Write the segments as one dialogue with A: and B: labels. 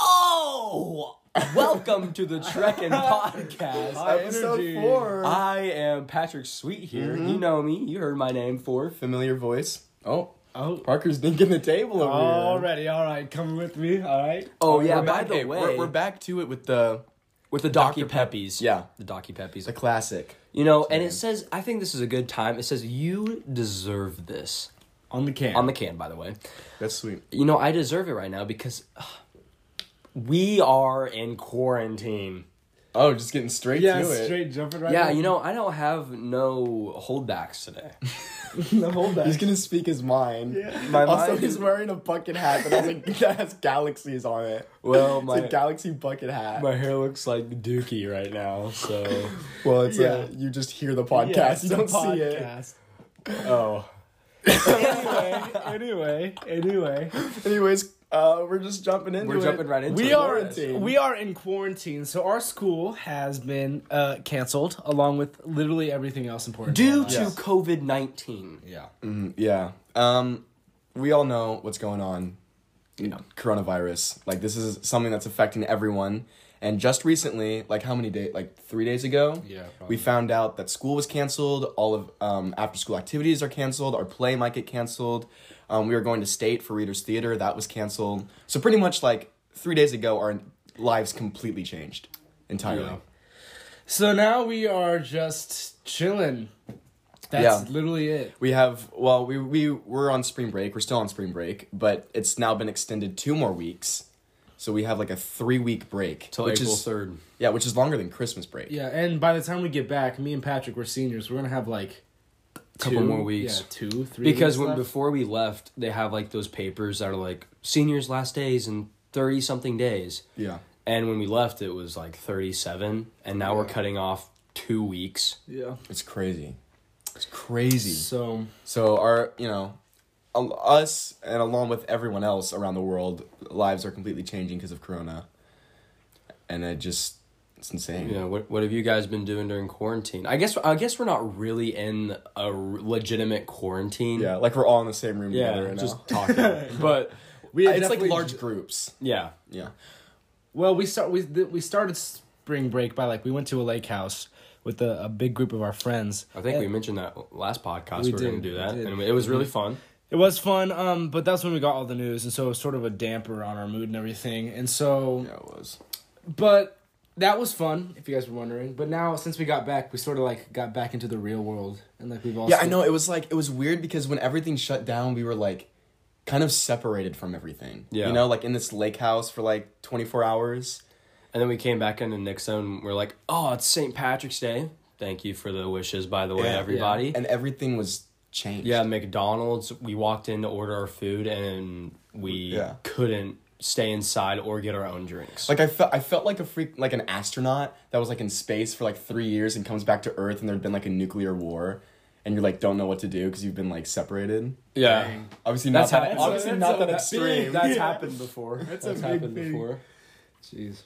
A: Oh,
B: Welcome to the Trekkin' Podcast.
C: Hi,
A: Episode
C: energy.
A: four.
B: I am Patrick Sweet here.
A: Mm-hmm.
B: You know me. You heard my name for.
A: Familiar voice. Oh,
C: Oh.
A: Parker's dinking the table over here.
C: Already, all right, come with me, all right.
B: Oh yeah.
A: Oh, We're
B: by
A: back-
B: the
A: hey,
B: way,
A: we're, we're back to it with the
B: with the Docky Peppies.
A: Yeah.
B: the Docky Peppies.
A: the classic.
B: You know, and it says. I think this is a good time. It says you deserve this
C: On the can.
B: on the can. By the way,
A: That's sweet.
B: you know I deserve it right now because ugh, we are in quarantine.
A: Oh, just getting straight
C: yeah,
A: to it.
C: straight jumping right.
B: Yeah,
C: in.
B: you know I don't have no holdbacks today.
C: the whole back.
A: He's gonna speak his mind.
C: Yeah.
B: My
A: also,
B: mind
A: he's
B: is-
A: wearing a bucket hat that has, like, that has galaxies on it.
B: Well,
A: It's
B: my
A: a galaxy bucket hat.
B: my hair looks like Dookie right now. So.
A: well, it's
C: Yeah.
A: a, you just hear the podcast. you don't see it.
B: Oh.
C: anyway, anyway, anyway.
A: Anyways, uh, we're just jumping into
B: We're
A: it.
B: jumping right into
C: We
B: it.
C: are
A: Quarantine.
C: we are in quarantine, so our school has been uh, canceled along with literally everything else important.
B: Due
C: going on.
B: to COVID 19.
C: yeah,
A: Yeah. Um, we all know what's going on. You know, coronavirus. Like this is something that's affecting everyone. And just recently, like how many days? Like three days ago.
C: Yeah, probably.
A: We found out that school was canceled. All of um, after school activities are canceled. Our play might get canceled. Um, we were going to state for Readers Theater. That was canceled. So pretty much like three days ago, our lives completely changed entirely.
C: Yeah. So now we are just chilling. That's
A: Yeah.
C: literally it.
A: We have well, we we were on spring break. We're still on spring break, but it's now been extended two more weeks, so we have like a three week break,
B: Till
A: which
B: April
A: is
B: 3rd.
A: yeah, which is longer than Christmas break.
C: Yeah, and by the time we get back, me and Patrick we're seniors. We're gonna have like
B: Couple
C: two-
B: more weeks.
C: yeah, two, three.
B: Because
C: weeks
B: when
C: left.
B: before we left, they have like those papers that are like seniors' last days and 30 something days.
A: Yeah.
B: And when we left, it was like 37. And now we're cutting off two weeks.
C: yeah,
A: It's crazy. It's crazy.
C: so
A: So our you know, al- us and along with everyone else around the world, lives are completely changing because of Corona, and it just it's insane.
B: You know, what, what have you guys been doing during quarantine? I guess I guess we're not really in a r- legitimate quarantine.
A: Yeah, like we're all in the same room
B: Yeah,
A: together right
B: just
A: now.
B: talking. but
C: we had
A: it's like
C: definitely-
A: large groups.
B: yeah,
A: Yeah.
C: Well, we start we th- we started spring break by like we went to a lake house with a, a big group of our friends.
B: I think we mentioned that last podcast.
C: We
B: We, were going
C: did,
B: to do
C: we
B: that,
C: did. Mm-hmm.
B: and it was really fun.
C: It was fun, um, but that's when we got all the news, and so it was sort of a damper on our mood and everything. And so,
A: Yeah, it was.
C: but that was fun, if you guys were wondering. But now, since we got back, we sort of like got back into the real world, and like we've all
A: Yeah, I know. It was like it was weird because when everything shut down, we were like kind of separated from everything.
B: Yeah.
A: You know, like in this lake house for like 24 hours.
B: And then we came back into Nick's zone. We're like, oh, it's St. Patrick's Day. Thank you for the wishes, by the way,
A: Yeah,
B: everybody. Yeah.
A: And everything was changed.
B: McDonald's. We walked in to order our food, and we
A: Yeah.
B: couldn't stay inside or get our own drinks.
A: Like I felt I felt like a freak like an astronaut that was like in space for like 3 years and comes back to Earth and there'd been like a nuclear war and you like don't know what to do cuz you've been like separated.
B: yeah,
A: Obviously
B: That's
A: not
B: how-
A: that
B: that's-
A: obviously
C: that's
A: not
C: how
A: that
C: that-
A: extreme.
C: that's happened before.
A: That's a
C: that's
A: big
C: happened
A: thing.
C: before. Jeez.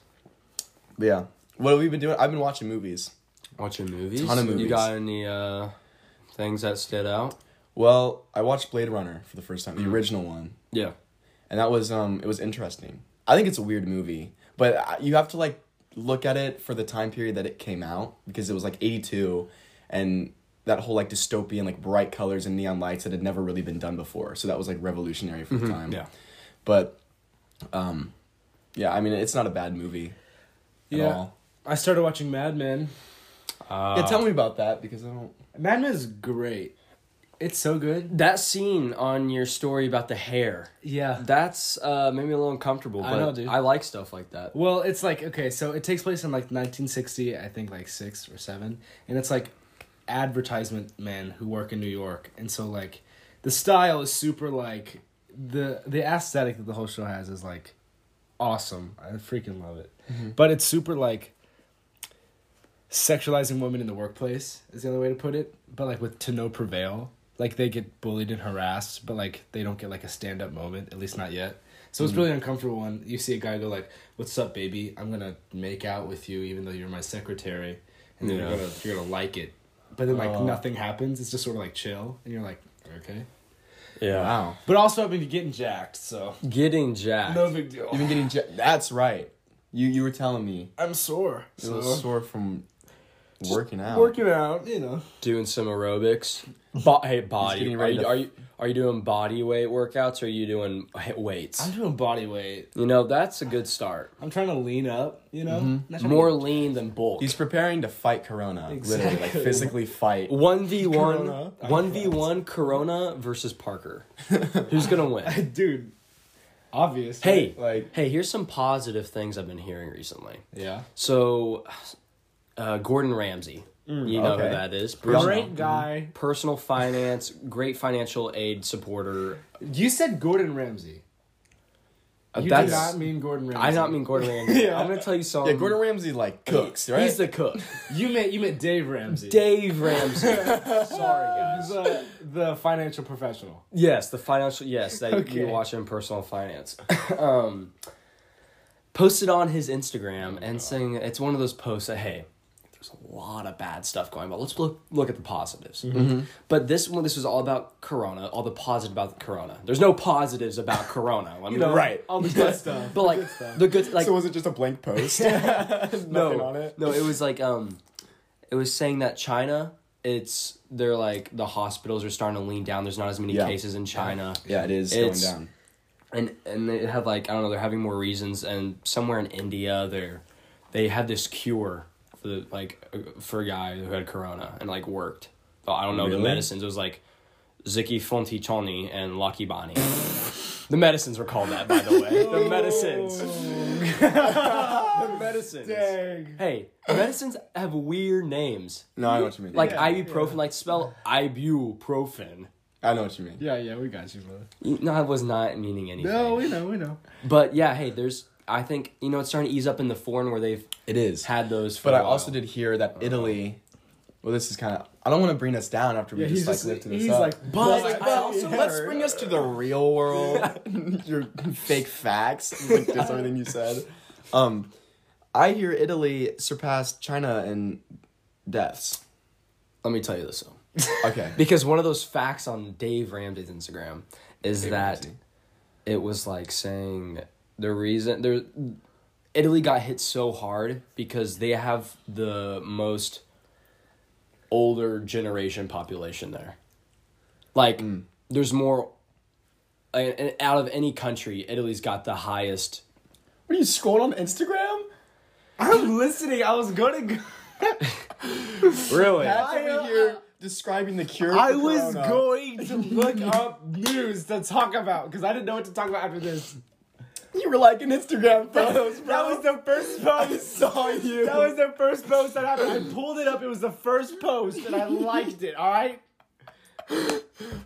A: But yeah. What have we been doing? I've been watching movies.
B: watching movies.
A: Ton of
B: You
A: movies.
B: got any uh, things that stood out?
A: Well, I watched Blade Runner for the first time, the original one.
B: Yeah,
A: and that was um it was interesting i think it's a weird movie but uh, you have to like look at it for the time period that it came out because it was like 82 and that whole like dystopian like bright colors and neon lights that had never really been done before so that was like revolutionary for the time
B: yeah.
A: but um yeah i mean it's not a bad movie at
C: Yeah.
A: all
C: I started watching Mad Men.
B: Uh,
A: yeah tell me about that because i don't
C: Mad Men's great. It's so good.
B: that scene on your story about the hair.
C: Yeah.
B: That's uh, made me a little uncomfortable. But
C: I
B: I
C: know, dude.
B: I like stuff like that.
C: Well, it's like okay, so it takes place in like 1960, I think like 6 or 7, and it's like advertisement men who work in New York. And so like the style is super like the the aesthetic that the whole show has is like awesome. I freaking love it. But it's super like sexualizing women in the workplace is the other way to put it, but like with to no prevail. Like they get bullied and harassed, but like they don't get like a stand up moment, at least not yet. So it's really uncomfortable when you see a guy go like, "What's up, baby? I'm gonna make out with you, even though you're my secretary, and then
B: Yeah.
C: you're gonna you're gonna like it." But then like
A: Oh.
C: nothing happens. It's just sort of like chill, and you're like, "Okay."
B: Yeah.
A: wow
C: But also, I've been getting jacked, so
B: Getting jacked.
C: no big deal.
A: you've been getting ja- that's right You you were telling me
C: I'm sore.
A: it was sore from working out.
C: Working out, you know.
B: Doing some aerobics. Bo- hey, body.
A: getting
B: Are
A: ready
B: you,
A: to-
B: are you are you doing body weight workouts or are you doing he- weights?
C: I'm doing body weight.
B: You know that's a good start.
C: I'm trying to lean up, you know. Not trying to
B: Mm-hmm. More lean than bulk.
A: He's preparing to fight Corona, literally, like
C: Exactly.
A: physically fight.
B: One v one,
C: Corona.
B: one v one, Corona versus Parker. Who's gonna win?
C: get- dude. Obvious.
B: Hey,
A: Like-
B: hey, here's some positive things I've been hearing recently.
C: Yeah.
B: So, uh, Gordon Ramsay, you know
A: okay.
B: who that is.
A: all
B: Personal,
C: Great guy.
B: personal finance, great financial aid supporter.
C: Mm-hmm. You said Gordon Ramsay.
B: Uh,
C: You
B: that's
C: did not mean Gordon Ramsay.
B: I not mean Gordon Ramsay.
C: Yeah.
B: I'm gonna tell you
A: Yeah,
B: something.
A: Gordon Ramsay like cooks, right?
B: He's the cook.
C: You meant you meant Dave Ramsey.
B: Dave Ramsay. Sorry guys.
C: the, the financial professional.
B: Yes, the financial. Yes, that
C: Okay.
B: you watch in personal finance. um, posted on his Instagram and saying it's one of those posts that hey, there's a lot of bad stuff going, but let's look look at the positives. But this one, this was all about Corona, all the positive about Corona. There's no positives about Corona. I mean,
A: right.
C: All the good stuff.
B: But like the good, like
A: so was it just a blank post?
B: no,
A: Nothing on it.
B: no, it was like um, it was saying that China. It's they're like the hospitals are starting to lean down. There's not as many
A: Yeah.
B: cases in China.
A: Yeah, it is
B: It's-
A: going down.
B: and and they have like I don't know they're having more reasons and somewhere in India they're they had this cure for the, like uh, for a guy who had corona and like worked But I don't know the
A: Really?
B: medicines it was like Ziki Fontichoni and Lucky Bani the medicines were called that by the way the medicines the medicines
C: Dang.
B: hey medicines have weird names
A: No, I know what you mean.
B: like
A: Yeah.
B: ibuprofen like spell ibuprofen
A: I know what you mean.
C: Yeah, yeah, we got you, brother.
B: no I was not meaning anything
C: we know, we know.
B: But yeah, hey, there's. I think you know it's starting to ease up in the foreign where they've
A: It is.
B: had those. For
A: But
B: a
A: I
B: while.
A: also did hear that Italy. Well, this is kind of. I don't want to bring us down after we
C: Yeah,
A: just
C: he's
A: like
C: just-
A: lifted this
C: he's
A: up.
C: like,
B: But
C: Well,
B: I
C: but-
B: also
C: yeah.
A: let's bring us to the real world. Your fake facts, like just everything you said. Um, I hear Italy surpassed China in deaths.
B: let me tell you this though,
A: Okay.
B: because one of those facts on Dave Ramsey's Instagram is that it was like saying the reason there Italy got hit so hard because they have the most older generation population there. Like
A: Mm.
B: there's more and- and out of any country, Italy's got the highest
A: What are you scrolling on Instagram?
C: I'm listening. I was gonna. Go-
B: Really?
A: That's
C: I, uh,
A: over here describing the cure.
C: I
A: for
C: was
A: corona.
C: going to look up news to talk about because I didn't know what to talk about after this.
A: You were liking Instagram photos,
C: That
A: bro.
C: was the first
A: I
C: post.
A: saw you.
C: That was the first post that happened. I pulled it up. It was the first post, and I liked it. All right.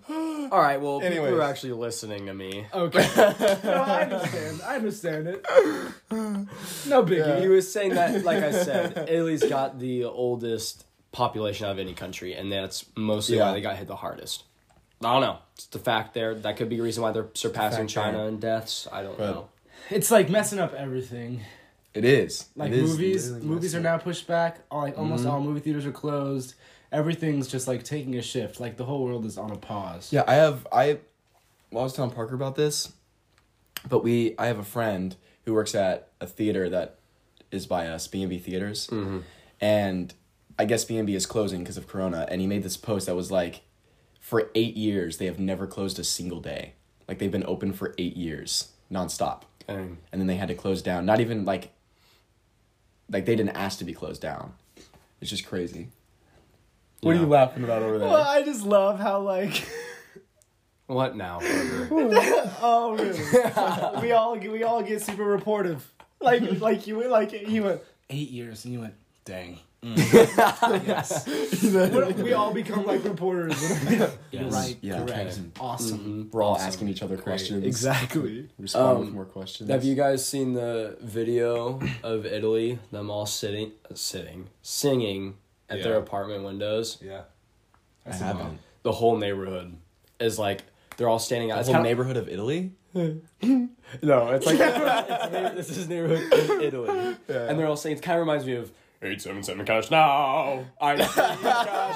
B: All right. Well, people
A: Anyways.
B: are actually listening to me.
C: Okay. no, I understand. I understand it. No biggie.
B: He was saying that, like I said, Italy's got the oldest population out of any country, and that's mostly
A: Yeah.
B: why they got hit the hardest. I don't know. It's the fact there. That could be a reason why they're surpassing
A: fact there.
B: China in deaths. I don't
A: But-
B: know.
C: It's like messing up everything.
A: It is.
C: Like
A: It is
C: movies,
A: literally
C: movies are
A: messy.
C: now pushed back. All, like almost
A: Mm-hmm.
C: all movie theaters are closed. Everything's just like taking a shift. Like the whole world is on a pause.
A: Yeah, I have. I. Well, I was telling Parker about this, but we. I have a friend who works at a theater that is by us, B and B Theaters, and I guess B and B is closing because of Corona. And he made this post that was like, for eight years they have never closed a single day. Like they've been open for eight years nonstop,
B: Dang.
A: and then they had to close down. Not even like. Like they didn't ask to be closed down. It's just crazy. What are
B: Yeah.
A: you laughing about over there?
C: Well, I just love how like
B: What now? Parker?
C: oh really? we all we all get super reportive. Like like you like he went eight years and you went dang. yes. we, we all become like reporters.
B: Yes.
C: Right.
A: Yeah. Mm-hmm.
C: Correct. Awesome.
A: We're all asking each other questions.
C: Exactly.
A: respond with
B: Um,
A: more questions.
B: Have you guys seen the video of Italy? Them all sitting, sitting, singing at their
C: Yeah.
B: apartment windows.
C: Yeah.
A: I haven't.
B: The whole neighborhood is like they're all standing out.
A: The
B: It's
A: whole
B: kinda-
A: neighborhood of Italy.
B: No, it's like it's neigh- this is neighborhood in Italy, and they're all saying it kind of reminds me of eight seven seven cash now. I need cash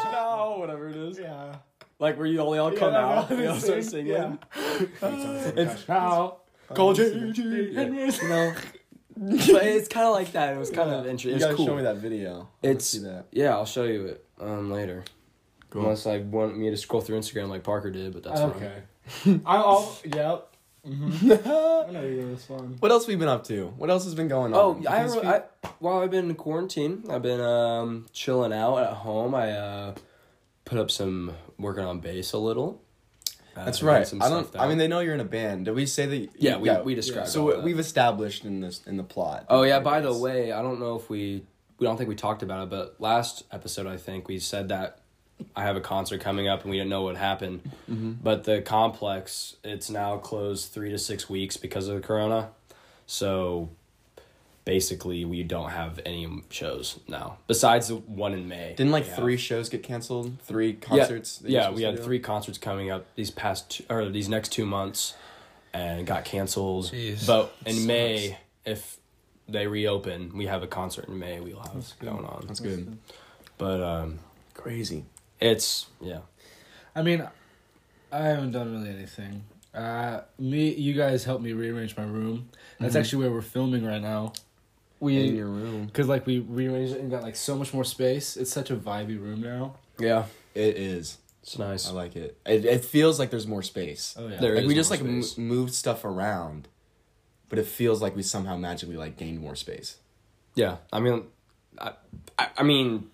B: now, whatever it is.
C: Yeah.
B: Like where you all, they all come
C: no,
B: out,
C: no,
B: they all
C: they
B: start
C: sing,
B: singing.
C: yeah.
B: It's
C: Now
B: call JJ, you know. but it's kind of like that. It was kind of
A: You
B: interesting.
A: gotta
B: It's cool.
A: show me that video. I wanna
B: It's
A: see that.
B: yeah. I'll show you it um later.
A: Cool.
B: Unless I want me to scroll through Instagram like Parker did, but that's okay.
C: okay. I'm all. Yep. I know you're gonna respond.
A: What else we been up to? What else has been going
B: Oh,
A: on?
B: I,
A: Because
B: re-
A: we-
B: I while I've been in quarantine, I've been um chilling out at home. I uh put up some working on bass a little. Uh,
A: That's
B: got
A: right.
B: some
A: I don't.
B: stuff
A: I mean,
B: down.
A: they know you're in a band. Did we say that?
B: Yeah, we- we described
A: So
B: all
A: we-
B: that.
A: we've established in this in the plot.
B: Oh yeah. By the way, I don't know if we we don't think we talked about it, but last episode I think we said that I have a concert coming up and we didn't know what happened. But the complex it's now closed three to six weeks because of the corona. So basically, we don't have any shows now besides the one in May.
A: Didn't like
B: we have.
A: three shows get canceled? Three
B: Yeah,
A: concerts? that you're
B: Yeah,
A: supposed
B: we
A: to
B: had
A: do?
B: three concerts coming up these past two, or these next two months, and got canceled.
D: Jeez.
B: But in May, if they reopen, we have a concert in May. We'll have going on.
A: That's good.
B: But um,
A: Crazy.
B: it's yeah.
C: I mean, I haven't done really anything. Uh, me, you guys helped me rearrange my room. That's
B: Mm-hmm.
C: actually where we're filming right now.
A: In
C: We,
A: your room.
C: cause like we rearranged it and got like so much more space. It's such a vibey room now.
B: Yeah,
A: It is.
B: it's nice.
A: I like it. It, it feels like there's more space.
C: Oh yeah.
B: There
A: like
B: is
A: we just
B: more
A: like m-
B: space.
A: moved stuff around, but it feels like we somehow magically like gained more space.
B: Yeah, I mean, I, I, I mean,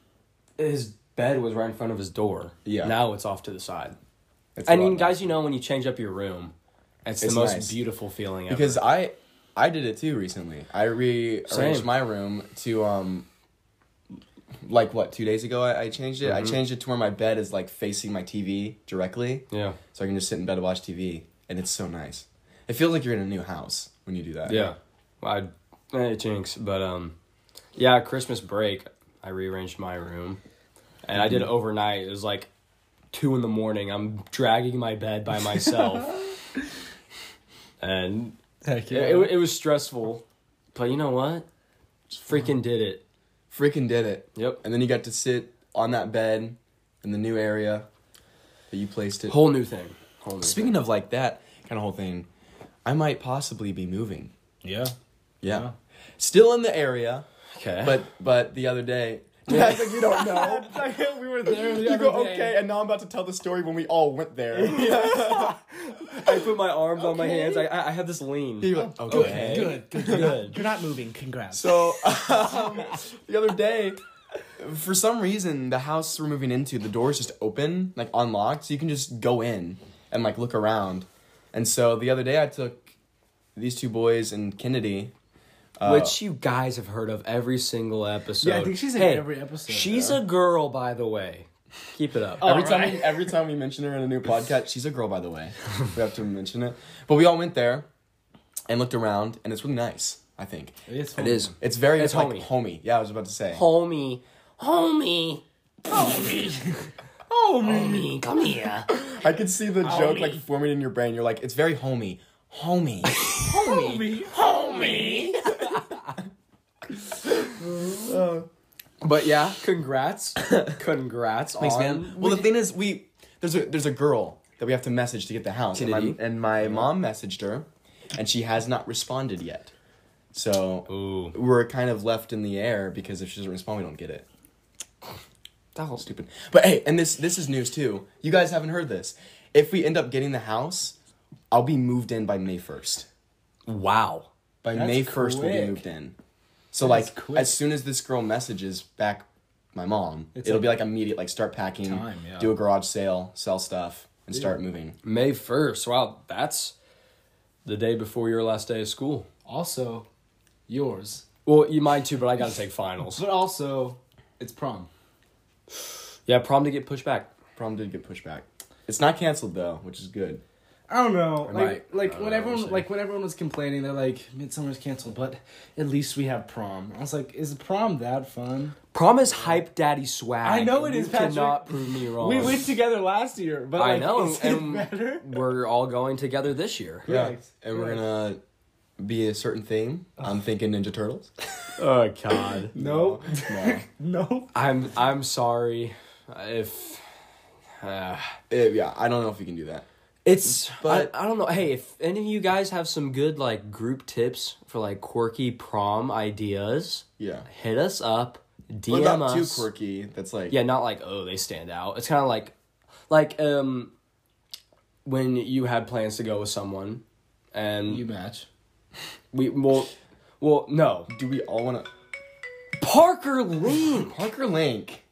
B: his bed was right in front of his door.
A: Yeah.
B: Now it's off to the side.
A: It's a
B: I
A: lot
B: mean,
A: nicer.
B: guys, you know when you change up your room, it's,
A: It's
B: the most
A: nice.
B: beautiful feeling ever.
A: because I I did it too recently. I rearranged
B: Same.
A: my room to um like what two days ago I, I changed it. I
B: Mm-hmm.
A: changed it to where my bed is like facing my TV directly,
B: yeah,
A: so I can just sit in bed and watch TV, and it's so nice. It feels like you're in a new house when you do that.
B: yeah, I, eh, jinx, but um, yeah, Christmas break, I rearranged my room, and I did
C: Mm-hmm.
B: it overnight. It was like two in the morning. I'm dragging my bed by myself, and
C: Heck
B: it, it, it was stressful, but you know what? Freaking did it.
A: freaking did it.
B: Yep.
A: And then you got to sit on that bed in the new area that you placed it.
B: Whole new thing. Whole new
A: Speaking of like that kind of whole thing, I might possibly be moving.
C: yeah.
A: Yeah.
C: Yeah.
A: Still in the area,
B: Okay.
A: but but the other day. Dude, I think you don't know.
C: we were there. The
A: You go okay, and now I'm about to tell the story when we all went there.
B: I put my arms on my hands. I I I have this lean.
A: You're like, okay.
C: Good. Good.
B: Good.
C: You're not moving. Congrats.
A: So um, the other day, for some reason, the house we're moving into, the door's just open, like unlocked, so you can just go in and like look around. And so the other day, I took these two boys and Kennedy.
B: Which you guys have heard of every single episode.
C: uh, Yeah, I think she's in every episode,
B: She's
C: yeah.
B: a girl, by the way. Keep it up.
C: Oh.
A: Every time, we, every time we mention her in a new podcast, she's a girl, by the way. We have to mention it. But we all went there and looked around, and it's really nice. I think
C: It's
B: It is.
A: it's very
B: It's
A: like,
B: homey.
A: homey. Yeah, I was about to say.
B: Homie. Homie. Homie. Homie. Come here.
A: I could see the joke like forming in your brain. You're like, it's very homey, homey.
B: Homie.
A: but yeah,
B: Congrats. Congrats.
A: Thanks,
B: on-
A: man. Well, the thing is, we there's a there's a girl that we have to message to get the house, and my,
B: Kennedy.
A: and my mom messaged her, and she has not responded yet. So
B: Ooh.
A: we're kind of left in the air because if she doesn't respond, we don't get it.
B: That whole stupid.
A: Stupid. But hey, and this this is news too. You guys haven't heard this. If we end up getting the house, I'll be moved in by May first.
B: Wow.
A: By
C: That's
A: May first, we'll be
C: quick.
A: moved in. So
C: That is
A: like,
C: quick.
A: as soon as this girl messages back, my mom,
C: It's
A: it'll
C: like-
A: be like immediate. Like start packing,
C: Time, yeah.
A: do a garage sale, sell stuff, and start moving.
B: May 1st. Wow, that's the day before your last day of school.
C: Also, yours.
B: Well, you might too, but I got to take finals.
C: But also, it's prom.
B: Yeah, prom to get pushed back.
A: Prom did get pushed back. It's not canceled though, which is good.
C: I don't know. Like
B: might.
C: like
B: I don't
C: when
B: know,
C: everyone
B: we'll see.
C: like when everyone was complaining, they're like midsummer's canceled, but at least we have prom. I was like, is prom that fun?
B: Prom is hype daddy swag.
C: I know it
B: it is.
C: is, Patrick.
B: cannot prove me wrong.
C: We went together last year, but
B: I
C: like,
B: know,
C: is it
B: and
C: better?
B: we're all going together this year.
C: Correct.
A: and we're
C: Correct.
A: gonna be a certain theme. I'm thinking Ninja Turtles.
B: Oh God.
C: Nope.
A: No.
C: Nope.
B: I'm I'm sorry if uh,
A: Uh, Eh, yeah, I don't know if we can do that.
B: It's
A: But-
B: I, I don't know. Hey, if any of you guys have some good like group tips for like quirky prom ideas,
A: Yeah.
B: hit us up. DM
A: What about too
B: us.
A: quirky? That's like
B: Yeah, not like oh they stand out. It's kind of like like um when you had plans to go with someone and
C: You match.
B: we well well no
A: Do we all want to
B: Parker Link.
A: Parker Link?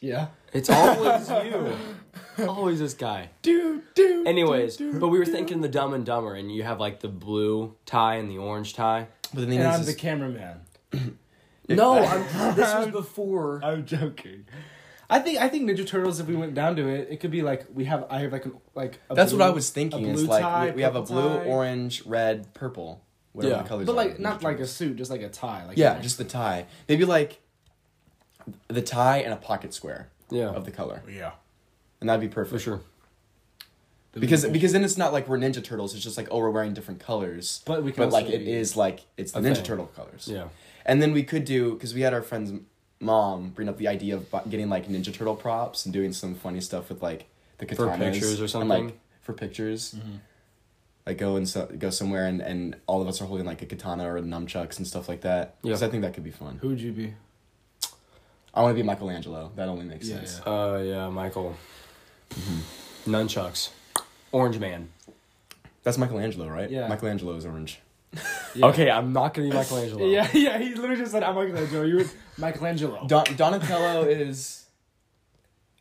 C: Yeah.
B: It's always you. Always this guy.
A: Do do.
B: Anyways, but we were thinking the Dumb and Dumber, and you have like the blue tie and the orange tie.
A: but the thing
C: And
A: is,
C: I'm
A: is-
C: the cameraman.
B: No, I'm, this was before.
C: I'm joking. I think I think Ninja Turtles. If we went down to it, it could be like we have. I have like an like. A
A: that's
C: blue-
A: what I was thinking.
C: a
A: It's
C: blue
A: like
C: tie,
A: we, we have a
C: purple
A: blue,
C: tie.
A: orange, red, purple. Whatever
B: Yeah.
A: the colors.
C: But
A: are
C: like
A: in
C: not
A: Ninja
C: like a
A: Turtles.
C: suit, just like a tie. Like
A: yeah, just the tie. Maybe like the tie and a pocket square.
B: Yeah.
A: Of the color,
C: yeah.
A: and that'd be perfect
B: For sure.
A: Because because then it's not like we're Ninja Turtles. It's just like oh we're wearing different colors.
C: But we can
A: but
C: also
A: like it
C: be-
A: is like it's the
B: a
A: Ninja
B: thing.
A: Turtle colors.
B: Yeah.
A: And then we could do because we had our friend's mom bring up the idea of bu- getting like Ninja Turtle props and doing some funny stuff with like the katanas
B: For pictures or
A: And, like
B: something?
A: for pictures.
C: Mm-hmm.
A: Like go and so, go somewhere and, and all of us are holding like a katana or nunchucks and stuff like that. Because
B: Yeah.
A: I think that could be fun.
C: Who would you be?
A: I want to be Michelangelo. That only makes
C: Yeah,
A: sense.
C: yeah.
B: Uh, yeah, Michael. Mm-hmm. Nunchucks. Orange Man.
A: That's Michelangelo, right?
C: Yeah.
A: Michelangelo is orange.
B: Okay, I'm not gonna be Michelangelo.
C: Yeah, yeah. He literally just said, "I'm Michelangelo." You would Michelangelo.
A: Don- Donatello is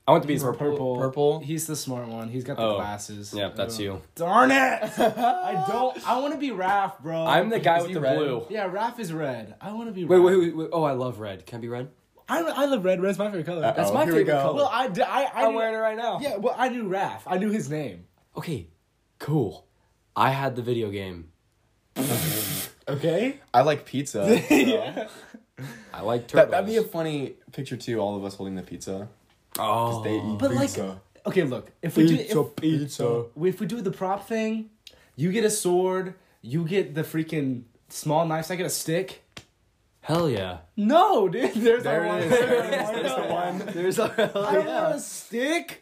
B: I want to be
C: He's
B: purple.
C: purple.
A: Purple?
C: He's the smart one. He's got the
B: Oh.
C: glasses.
B: Yeah, that's
C: Oh.
B: you.
C: Darn it! I don't. I want to be Raph, bro.
B: I'm the guy
A: Is
B: with
A: he
B: the
A: red?
B: blue.
C: Yeah, Raph is red. I want to be.
B: Wait,
C: Raph.
B: wait, wait, wait. Oh, I love red. Can I be red?
C: I, I love red. Red's my favorite color.
B: That's
A: Oh,
B: my
A: here we
B: favorite
A: go.
B: color.
C: Well, I, d- I, I
B: I'm
C: knew-
B: wearing it right now.
C: Yeah, well, I knew Raph. I knew his name.
B: Okay, cool. I had the video game.
C: Okay.
A: I like pizza.
C: yeah.
B: I like
A: that,
B: turtles.
A: that'd be a funny picture too. All of us holding the pizza.
B: oh.
A: They eat
C: But like,
A: pizza.
C: okay, look. If we do, if,
A: pizza.
C: if we do the prop thing, you get a sword. You get the freaking small knives. I get a stick.
B: Hell yeah.
C: No, dude. There's
A: There
C: our
A: it
C: one.
A: is.
C: There's our one.
B: There's
C: I don't want a stick.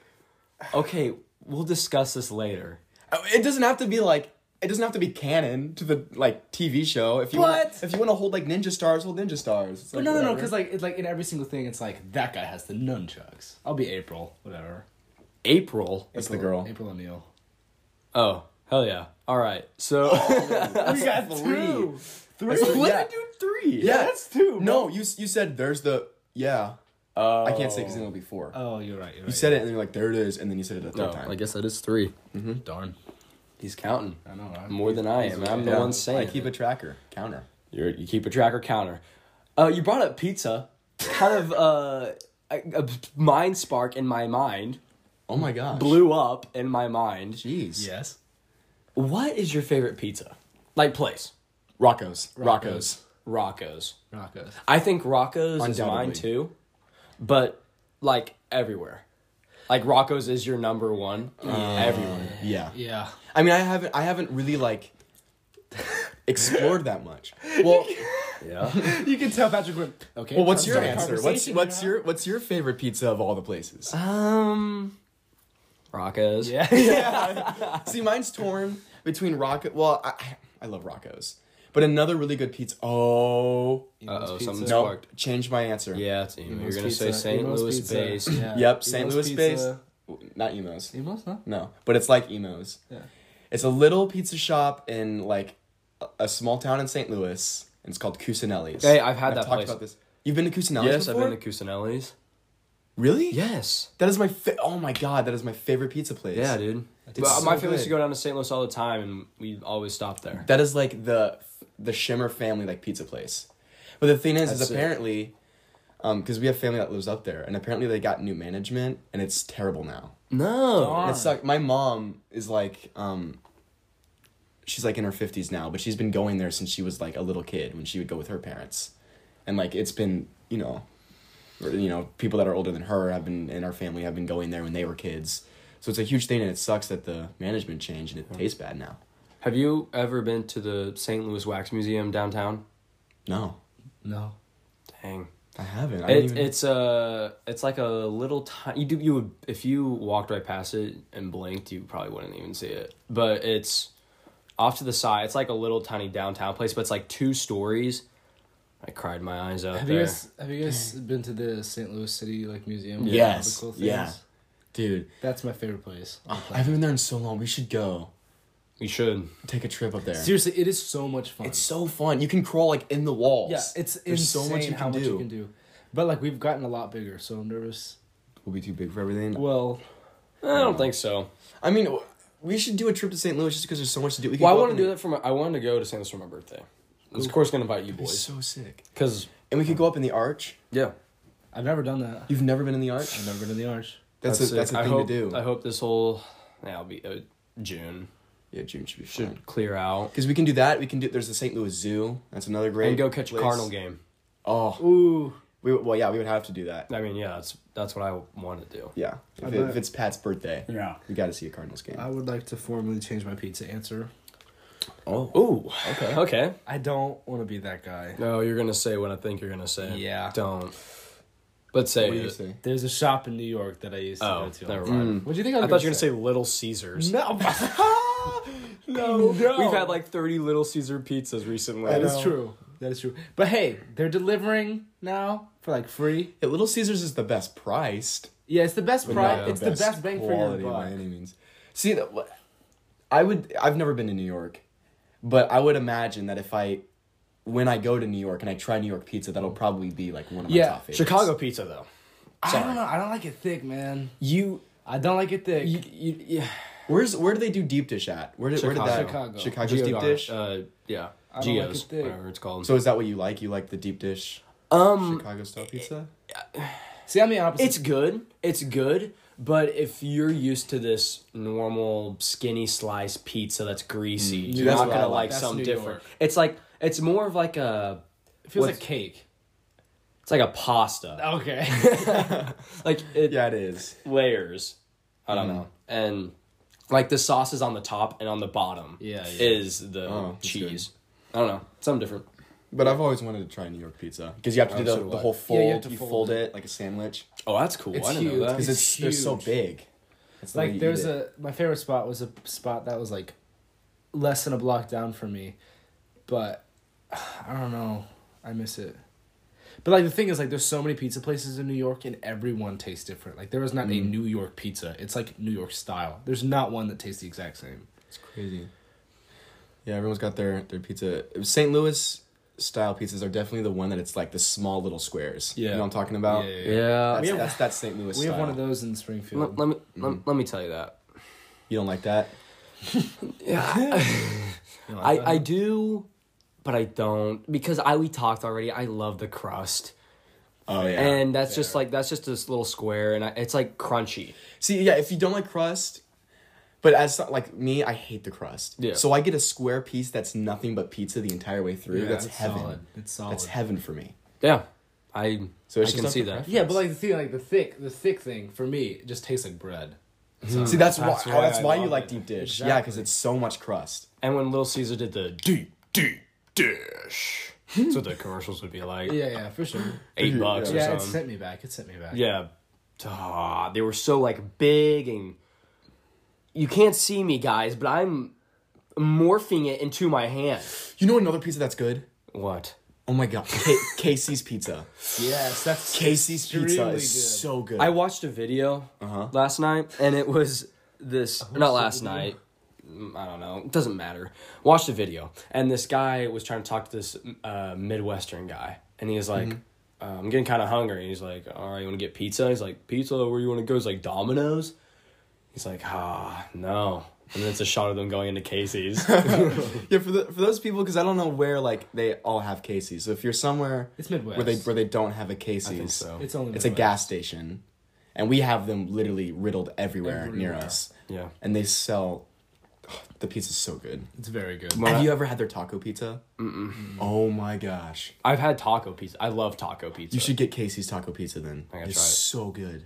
B: Okay, we'll discuss this later.
A: Oh, It doesn't have to be like. It doesn't have to be canon to the like TV show. If you wanna,
C: But-
A: if you want to hold like ninja stars, hold ninja stars. It's
C: But
A: like,
C: no, no, no,
A: whatever.
C: because like, it's like in every single thing, it's like that guy has the nunchucks. I'll be April, whatever.
B: April.
A: that's the girl.
C: April O'Neil.
B: Oh, hell yeah. All right. So
C: We got two. Three.
A: That's the-
C: What?
A: yeah.
B: three.
A: Yeah,
C: that's two,
A: No, you s- you said there's the yeah.
B: Oh.
A: I can't say because it'll be four.
C: Oh, you're right. You're right.
A: you said it and then you're like there it is, and then you said it a third
B: No,
A: time.
B: I guess that is three.
C: Darn.
B: He's counting
C: I know. I,
B: more than I am. and I'm the
A: Yeah.
B: one saying.
A: I keep a tracker counter.
B: You're, you keep a tracker counter. Uh, you brought up pizza. Kind of uh, a, a mind spark in my mind
A: Oh my gosh.
B: blew up in my mind.
A: Jeez.
C: yes.
B: What is your favorite pizza? Like place?
A: Rocco's. Rocco's.
B: Rocco's.
C: Rocco's.
B: I think Rocco's is mine
A: Undoubtedly.
B: too, but like everywhere. Like Rocco's is your number one everywhere.
A: Yeah.
C: Yeah.
A: I mean, I haven't I haven't really like explored that much. Well,
B: Yeah.
C: You can tell Patrick went, okay.
A: well, what's
C: I'm
A: your
C: sorry,
A: answer? What's
C: conversation,
A: what's
C: you
A: your what's your favorite pizza of all the places?
B: um, Rocco's.
C: know? Yeah.
A: See, mine's torn between Rocco. Well, I I love Rocco's, but another really good pizza. Oh
B: Uh oh,
C: Pizza.
B: something's
A: no,
B: sparked.
A: change my answer.
B: Yeah, it's emo. You're
C: Emo's
B: gonna say
C: pizza,
B: St.
C: Emo's
B: Louis
C: pizza.
B: based.
C: Yeah.
A: Yep, St.
C: Emo's
A: Louis based.
C: pizza.
A: Not emos.
C: Emo's, no?
A: No, but it's like emos.
C: Yeah.
A: It's a little pizza shop in like a, a small town in St. Louis, and it's called Cusinelli's.
B: Hey, I've had
A: And
B: that
A: talked
B: place.
A: about this. You've been to Cusinelli's?
B: Yes, I've
A: before?
B: been to Cusinelli's.
A: Really?
B: Yes.
A: That is my fa- oh my god, that is my favorite pizza place.
B: Yeah, dude.
A: It's
B: Well, my
A: so
B: family used to
A: good.
B: go down to St. Louis all the time, and we always stopped there.
A: That is like the the Shimmer family like pizza place. But the thing is,
B: That's
A: is
B: it.
A: apparently, um, because we have family that lives up there, and apparently they got new management, and it's terrible now.
B: No.
C: Darn.
A: It's like my mom is like, um, she's like in her fifties now, but she's been going there since she was like a little kid when she would go with her parents, and like it's been you know, or, you know people that are older than her have been in our family have been going there when they were kids, so it's a huge thing, and it sucks that the management changed and it tastes bad now.
B: Have you ever been to the St. Louis Wax Museum downtown?
A: No,
C: No.
B: Dang.
A: I haven't. I don't
B: It,
A: even,
B: It's a it's like a little tiny. You do you would if you walked right past it and blinked, you probably wouldn't even see it. But it's off to the side. It's like a little tiny downtown place, but it's like two stories. I cried my eyes out
C: Have
B: there.
C: you guys have you guys been to the St. Louis City like museum? with
A: Yes,
C: all the
A: yeah. dude.
C: That's my favorite place. on the
A: I
C: planet.
A: haven't been there in so long. We should go
B: you should.
A: take a trip up there.
C: Seriously, it is so much fun.
A: It's so fun. You can crawl like in the walls.
C: yeah, it's
A: There's
C: insane
A: so much you can
C: how much
A: do.
C: you can do. But like we've gotten a lot bigger, so I'm nervous.
A: We'll be too big for everything.
C: Well,
B: I don't think so.
A: I mean, w- we should do a trip to St. Louis just because there's so much to do. We
B: Well, I
A: go up
B: want to
A: in
B: do
A: the-
B: that for my. I wanted to go to San Luis for my birthday. I was of course gonna invite you
A: It's
B: boys
A: so sick.
B: because
A: And we could go up in the arch.
B: yeah.
C: I've never done that.
A: You've never been in the arch.
C: I've never been to the arch.
A: That's a,
B: it.
A: that's a
B: I
A: thing
B: hope,
A: to do.
B: I hope this whole yeah, will be uh, June
A: yeah, June should be
B: should
A: fun.
B: clear out
A: Because we can do that. We can do. There's the St. Louis Zoo. That's another great.
B: and go catch a
A: place.
B: Cardinal game.
A: Oh,
C: Ooh,
A: we, well, yeah, we would have to do that.
B: I mean, yeah, that's that's what I want to do.
A: Yeah,
C: I
A: if, it, if
C: bet.
A: it's Pat's birthday,
C: Yeah.
A: we got to see a Cardinals game.
C: I would like to formally change my pizza answer.
A: oh,
B: Ooh.
A: okay.
B: Okay.
C: I don't want to be that guy.
B: No, you're gonna say what I think you're gonna say.
C: Yeah.
B: Don't. Let's say.
A: What do you
B: it.
A: say?
C: There's a shop in New York that I used to
B: Oh,
C: go to.
B: never mind.
C: What do you think? I,
B: I
C: was
B: thought you were gonna say Little Caesars.
C: Mm. no.
B: No,
C: No.
B: we've had like thirty Little Caesar pizzas recently.
C: That is
A: know.
C: true. That is true. But hey, they're delivering now for like free.
A: Yeah, Little Caesars is the best priced.
C: Yeah, it's the best
A: but
C: price.
A: not
C: it's the best bang for your
A: quality by
C: buck.
A: any means. See, the- wh- I would. I've never been to New York, but I would imagine that if I, when I go to New York and I try New York pizza, that'll probably be like one of my
C: Yeah,
A: top favorites.
B: Chicago pizza though.
C: I don't know. I don't like it thick, man.
B: You.
C: I don't like it thick.
B: you, you yeah.
A: Where's where do they do deep dish at? Where did where did that
C: Chicago.
A: Chicago's deep
B: Gio-
A: dish?
B: Uh, yeah.
C: I don't like
B: Geo's,
C: it thick.
B: whatever it's called.
A: so is that what you like? You like the deep dish
B: um,
A: Chicago style pizza?
C: See, I'm the opposite.
B: It's good. It's good. But if you're used to this normal skinny slice pizza that's greasy, you're
A: that's
B: not
A: what I
B: gonna
A: like.
B: like
C: Mm-hmm. That's
B: something
C: New
B: different.
C: York.
B: It's like it's more of like a
C: it feels
B: what's-
C: like cake. Oh.
B: it's like a pasta.
C: Okay.
B: Like it
A: Yeah, it is.
B: layers. I
C: Mm-hmm.
B: don't know. And like the sauce is on the top and on the bottom.
C: Yeah, yeah.
B: Is the
A: Oh, that's
B: cheese. I don't know. Something different.
A: But I've always wanted to try New York pizza because you have to do
B: Oh,
A: the,
B: so do
A: the
B: I.
A: whole
C: Yeah,
A: fold.
C: you
A: you
C: have to
A: fold,
C: fold
A: it like a sandwich
B: Oh, that's cool.
C: It's
B: I didn't
C: huge.
B: know
A: because
B: that.
C: It's
A: it's, they're so
C: huge.
A: big. That's the way
C: like
A: you
C: there
A: eat
C: was
A: it.
C: a my favorite spot was a spot that was like less than a block down from me but i don't know i miss it but like the thing is like there's so many pizza places in new york and everyone tastes different like there is not a
B: Mm.
C: new york pizza it's like new york style there's not one that tastes the exact same
A: It's crazy. Yeah, everyone's got their their pizza. St. Louis style pizzas are definitely the one that it's like the small little squares. you
C: Yeah.
A: know what I'm talking about.
C: Yeah, yeah,
B: yeah.
A: That's,
C: have-
A: that's that St. Louis.
C: we have one of
A: style.
C: those in
B: Let,
C: springfield
B: let me
C: Mm-hmm.
B: let, let me tell you that.
A: You don't like that?
C: You know,
B: I, I do, but I don't because I we talked already. I love the crust,
A: Oh yeah.
B: and that's just like that's just this little square, and I, it's like crunchy.
A: See, yeah, if you don't like crust, but as so- like me, I hate the crust.
B: Yeah.
A: So I get a square piece that's nothing but pizza the entire way through.
C: Yeah,
A: that's
C: it's
A: heaven.
C: solid. It's solid.
A: That's heaven for me.
B: Yeah, I
A: So
B: I
A: it's just
B: can
A: not
B: see
A: the
B: that.
A: crust.
C: yeah but like the thing like the thick the thick thing for me it just tastes like bread
A: See, that's,
C: Mm, That's
A: why,
C: why
A: that's
C: I
A: why you
C: love
A: like
C: it.
A: deep dish. Yeah, because
C: Exactly.
A: it's so much crust.
B: And when Little Caesar did the deep deep dish,
A: Hmm.
B: that's what the commercials would be like.
C: yeah yeah for sure
B: Eight bucks
C: yeah
B: or
C: it
B: something.
C: sent me back it sent me back
B: Yeah, Ah, they were so like big and you can't see me guys, but I'm morphing it into my hand.
A: You know another pizza that's good?
B: What?
A: Oh my god, K- Casey's Pizza.
C: yes that's
A: Casey's Pizza
C: extremely
A: is
C: good.
A: so good.
B: I watched a video
A: Uh-huh.
B: last night, and it was this. Not last night. Mm, I don't know. It doesn't matter. Watched a video, and this guy was trying to talk to this uh, Midwestern guy, and he was like,
A: Mm-hmm.
B: uh, "I'm getting kind of hungry." And he's like, "All right, you want to get pizza?" He's like, "Pizza? Where you want to go?" He's like, "Domino's." He's like, "Ah, no." And then it's a shot of them going into Casey's.
A: yeah, for the, for those people, because I don't know where like they all have Casey's. So if you're somewhere
C: It's Midwest.
A: where they where they don't have a Casey's,
B: so.
C: It's only
A: it's a
C: Midwest.
A: gas station, and we have them literally riddled everywhere, near
C: Everywhere.
A: us.
B: yeah.
A: And they sell. oh, the pizza's so good.
C: It's very good.
B: Well,
A: have you ever had their taco pizza? Mm-mm. Oh my gosh!
B: I've had taco pizza. I love taco pizza.
A: You should get Casey's taco pizza then.
B: I gotta
A: It's
B: try it.
A: so good.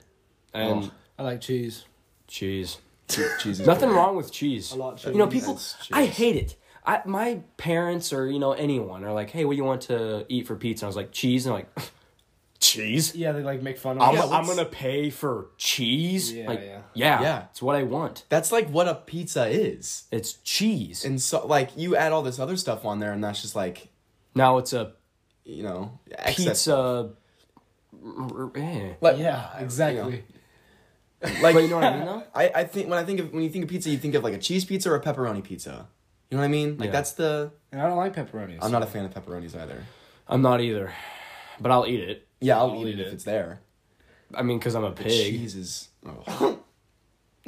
B: and
A: Oh.
C: I like cheese.
B: cheese.
A: Jesus.
B: Nothing wrong with cheese.
C: lot
B: You know,
C: cheese.
B: people.
A: That's cheese.
B: I hate it. I my parents or you know anyone are like, "Hey, what do you want to eat for pizza?" And I was like, "Cheese," and they're like, cheese.
C: Yeah, they like make fun of.
B: I'm,
C: it.
A: Yeah,
B: I'm
A: what's-
B: gonna pay for cheese.
C: Yeah,
B: like,
C: yeah.
A: Yeah.
B: It's what I want.
A: That's like what a pizza is.
B: It's cheese.
A: And so like you add all this other stuff on there and that's just like,
B: now it's a
A: you know, excess.
B: pizza. r- r- eh.
A: Like,
C: yeah, exactly.
A: Like
B: But you know what I mean, though.
A: I, I think when I think of when you think of pizza, you think of like a cheese pizza or a pepperoni pizza. You know what I mean? Like
B: Yeah.
A: that's the
C: And I don't like pepperonis.
A: I'm not a fan of pepperonis either.
B: I'm not either, but I'll eat it.
A: Yeah, I'll,
B: I'll
A: eat,
B: eat
A: it,
B: it.
A: if it's there.
B: I mean, because I'm a pig. Oh.
A: Cheese is.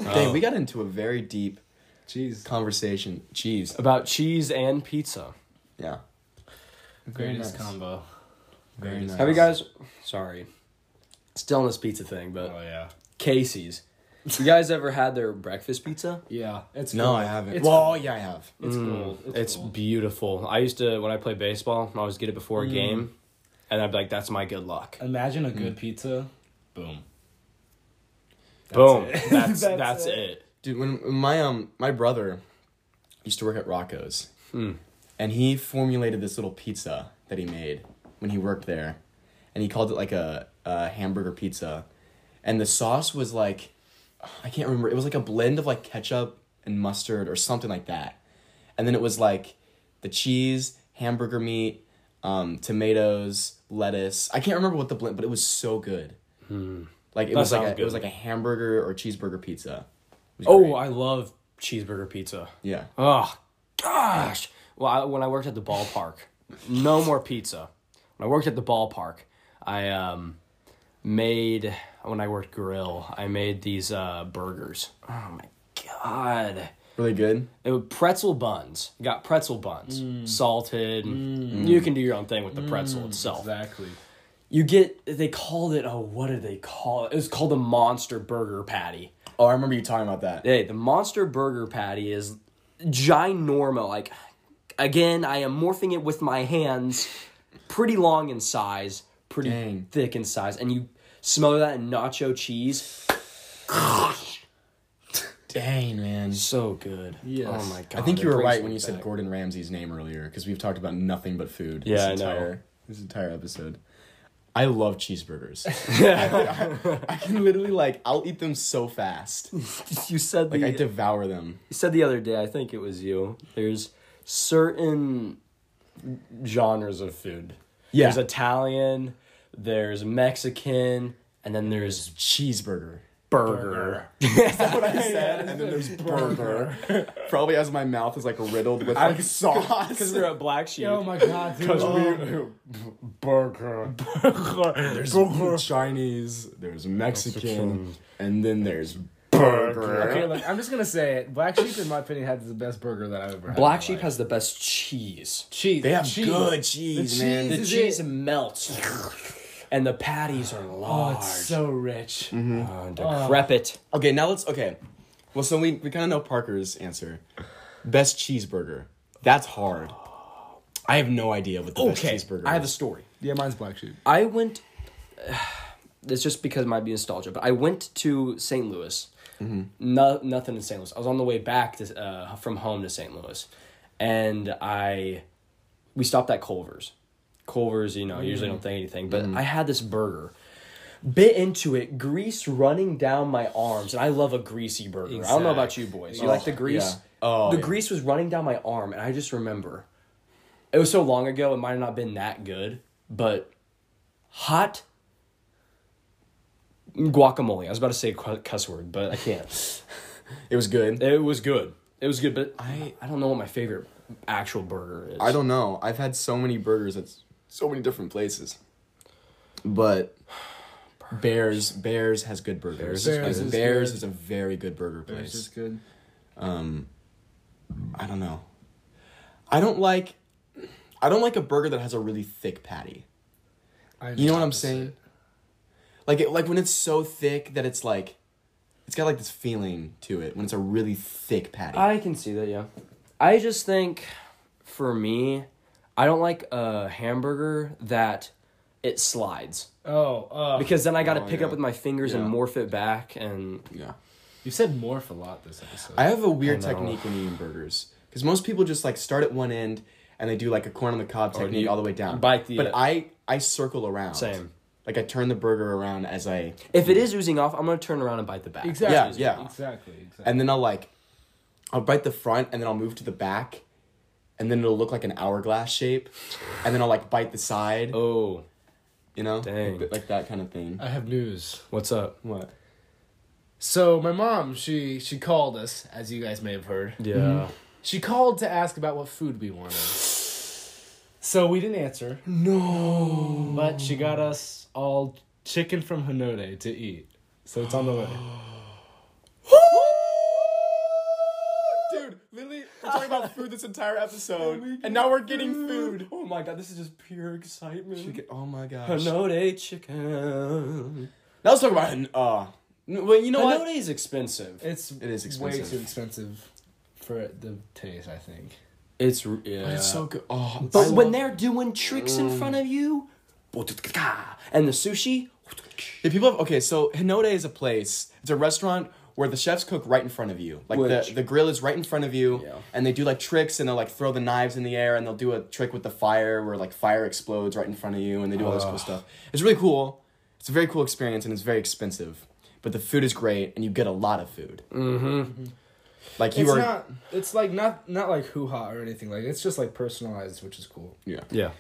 A: Oh. Dang, we got into a very deep
C: Jeez.
A: conversation. Cheese.
B: About cheese and pizza.
A: Yeah.
C: Greatest
A: nice.
C: combo.
A: Very nice.
B: Have you guys? Sorry, still on this pizza thing, but
C: Oh yeah.
B: Casey's. You guys ever had their breakfast pizza?
C: Yeah. It's
A: No,
C: cool.
A: I haven't.
C: It's
A: well,
C: cool.
A: yeah, I have.
C: It's cool.
B: It's, beautiful. I used to when I play baseball, I always get it before a game, and I'd be like, "That's my good luck."
C: Imagine a good pizza. Boom.
B: Boom.
C: it.
B: That's
C: That's
B: that's,
C: it.
B: it.
A: Dude, when when my um my brother used to work at Rocco's,
B: Hmm.
A: and he formulated this little pizza that he made when he worked there, and he called it like a, a hamburger pizza, and the sauce was like, I can't remember. It was like a blend of like ketchup and mustard or something like that, and then it was like the cheese, hamburger meat, um, tomatoes, lettuce. I can't remember what the blend, but it was so good. Like it
B: Hmm. That
A: was like
B: sounds
A: a, it was
B: good.
A: like a hamburger or cheeseburger pizza. It was
B: Oh,
A: great.
B: I love cheeseburger pizza.
A: Yeah.
B: Oh gosh. Well, I, when I worked at the ballpark, no more pizza. When I worked at the ballpark, I um made when I worked grill, I made these uh burgers. Oh my god.
A: Really good.
B: It was pretzel buns. You got pretzel buns,
A: Mm.
B: salted. You can do your own thing with the pretzel itself.
C: Exactly.
B: You get they called it. Oh, what did they call it? It was called the monster burger patty.
A: Oh, I remember you talking about that.
B: Hey, the monster burger patty is ginormo. Like, again, I am morphing it with my hands. Pretty long in size, pretty
A: Dang.
B: thick in size, and you smother that in nacho cheese.
A: Dang, man.
B: So good.
C: Yes.
B: Oh my god.
A: I think
B: it
A: you were
B: brings
A: right
B: me
A: when you said
B: back.
A: Gordon Ramsay's name earlier because we've talked about nothing but food
B: Yeah, I
A: this
B: know.
A: entire this entire episode. I love cheeseburgers. I, I- I can literally like I'll eat them so fast.
B: you said
A: Like I
B: the-
A: devour them.
B: you said the other day. I think it was you. There's certain genres of food.
A: Yeah.
B: There's Italian. There's Mexican. And then there's
A: Cheeseburger.
B: burger.
A: What I said, and then there's burger. Probably as my mouth is like riddled with like
B: Because
A: sauce.
B: they're a black sheep.
C: Oh my god, dude. Oh.
B: burger.
A: There's Chinese, there's Mexican, and then there's burger.
C: Okay, look, I'm just gonna say it. Black Sheep, in my opinion, has the best burger that I've ever had.
B: Black sheep has the best cheese.
C: cheese.
A: They have
C: cheese.
A: good cheese,
C: The
A: man.
B: The
C: This is
B: cheese
C: it.
B: melts. And the patties are
C: Oh,
B: large.
C: it's so Oh. rich.
A: Mm-hmm.
B: Uh, decrepit.
A: Okay, now let's. Okay, well, so we we kind of know Parker's answer. Best cheeseburger. That's hard. I have no idea what the best cheeseburger.
B: I have a
A: is.
B: story.
C: Yeah, mine's Black Sheep.
B: I went. It's just because it might be nostalgia, but I went to St. Louis.
A: Mm-hmm.
B: No, nothing in St. Louis. I was on the way back to, uh, from home to St. Louis, and I we stopped at Culver's. Culver's, you know, I
A: Mm-hmm.
B: usually don't think anything, but I had this burger. Bit into it, grease running down my arms, and I love a greasy burger. I don't know about you boys. You like the grease?
A: yeah. Oh,
B: the
A: yeah.
B: grease was running down my arm, and I just remember it was so long ago. It might have not been that good, but hot guacamole. I was about to say cu- cuss word, but I can't.
A: It was good.
B: it was good. It was good, but
A: I-
B: I I don't know what my favorite actual burger is.
A: I don't know. I've had so many burgers at s- so many different places, but. Bears, Bears has good burgers.
C: Bears is Bears good. is
A: Bears
C: good.
A: is a very good burger
C: This is
A: place.
C: good.
A: I don't know. I don't like, I don't like a burger that has a really thick patty.
C: I'm
A: You know what I'm
C: opposite.
A: saying? Like it, like when it's so thick that it's like, it's got like this feeling to it when it's a really thick patty.
B: I can see that, yeah. I just think for me, I don't like a hamburger that it slides
C: Oh, uh,
B: because then I got to
A: Oh,
B: pick
A: yeah.
B: up with my fingers
A: Yeah.
B: and morph it back and
A: yeah,
C: you said morph a lot this episode.
A: I have a weird
B: I know.
A: technique when eating burgers because most people just like start at one end and they do like a corn on the cob technique
B: you
A: all the way down.
B: bite the- uh,
A: but I I circle around.
B: Same.
A: Like I turn the burger around as I
B: If it is oozing off, I'm gonna turn around and bite the back.
C: Exactly.
A: Yeah, yeah.
C: Exactly. Exactly.
A: and then I'll like I'll bite the front and then I'll move to the back and then it'll look like an hourglass shape and then I'll like bite the side,
B: Oh,
A: you know?
B: Dang.
A: Like, like that kind of thing.
C: I have news.
B: what's up?
A: What?
C: So my mom, she she called us, as you guys may have heard.
B: Yeah.
C: Mm-hmm. She called to ask about what food we wanted. So we didn't answer,
A: No.
C: but she got us all chicken from Hinode to eat. So it's on the way.
A: Dude, literally we're talking about food this entire episode and now we're getting food.
B: Oh my god, this is just pure excitement.
A: Oh my gosh.
B: Hanode chicken.
A: Now let's talk about an uh n- well, you know what?
B: Hanode is expensive.
C: It's it
A: is
C: way too
A: expensive.
C: expensive for the taste. I think.
B: It's r- yeah.
A: But it's so good. Oh, it's
B: Uh, But
A: so-
B: when they're doing tricks in front of you, and the sushi,
A: If people have okay, so Hinode is a place. It's a restaurant where the chefs cook right in front of you. Like the
B: Which-
A: the grill is right in front of you,
B: Yeah.
A: and they do like tricks, and they'll like throw the knives in the air, and they'll do a trick with the fire where like fire explodes right in front of you, and they do all this cool stuff. It's really cool. It's a very cool experience, and it's very expensive, but the food is great, and you get a lot of food. Mm-hmm. Like you
C: it's
A: are.
C: not. It's like not not like hoo ha or anything. Like it's just like personalized, which is cool.
A: yeah.
B: yeah,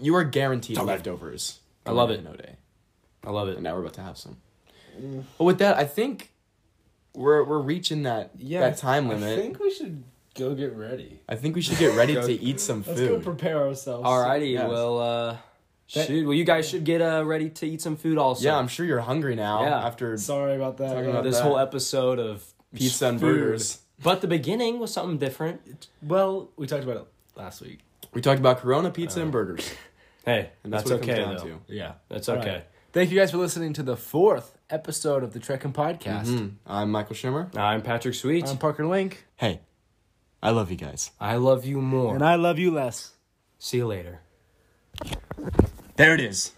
A: You are guaranteed leftovers.
B: I love it.
A: Hinode.
B: I love
A: And
B: it.
A: now we're about to have some.
C: Mm.
A: But with that, I think we're we're reaching that
C: Yeah,
A: that time
C: I
A: limit.
C: think we should go get ready.
A: I think we should get ready
C: Go-
A: to eat some
C: Let's go
A: food.
C: prepare ourselves.
B: Alrighty,
A: Yes.
B: well, uh,
C: That-
B: shoot, well, you guys should get uh, ready to eat some food also.
A: Yeah, I'm sure you're hungry now
B: Yeah.
A: after
C: Sorry about that.
A: Talking about
B: this
A: that.
B: whole episode of
A: pizza and
B: food.
A: burgers.
B: But the beginning was something different.
C: Well, we talked about it last week.
A: We talked about Corona,
C: Uh,
A: pizza, and burgers.
B: Hey,
A: And
B: that's,
A: that's what it
B: okay
A: comes
B: though.
A: down to.
C: Yeah.
B: That's okay.
C: Thank you guys for listening to the fourth episode of the Trekkin' Podcast.
A: Mm, I'm Michael Schimmer.
B: I'm Patrick Sweet.
A: Um,
C: I'm Parker Link.
A: Hey, I love you guys.
B: I love you more.
C: I love you less.
B: See you later.
A: There it is.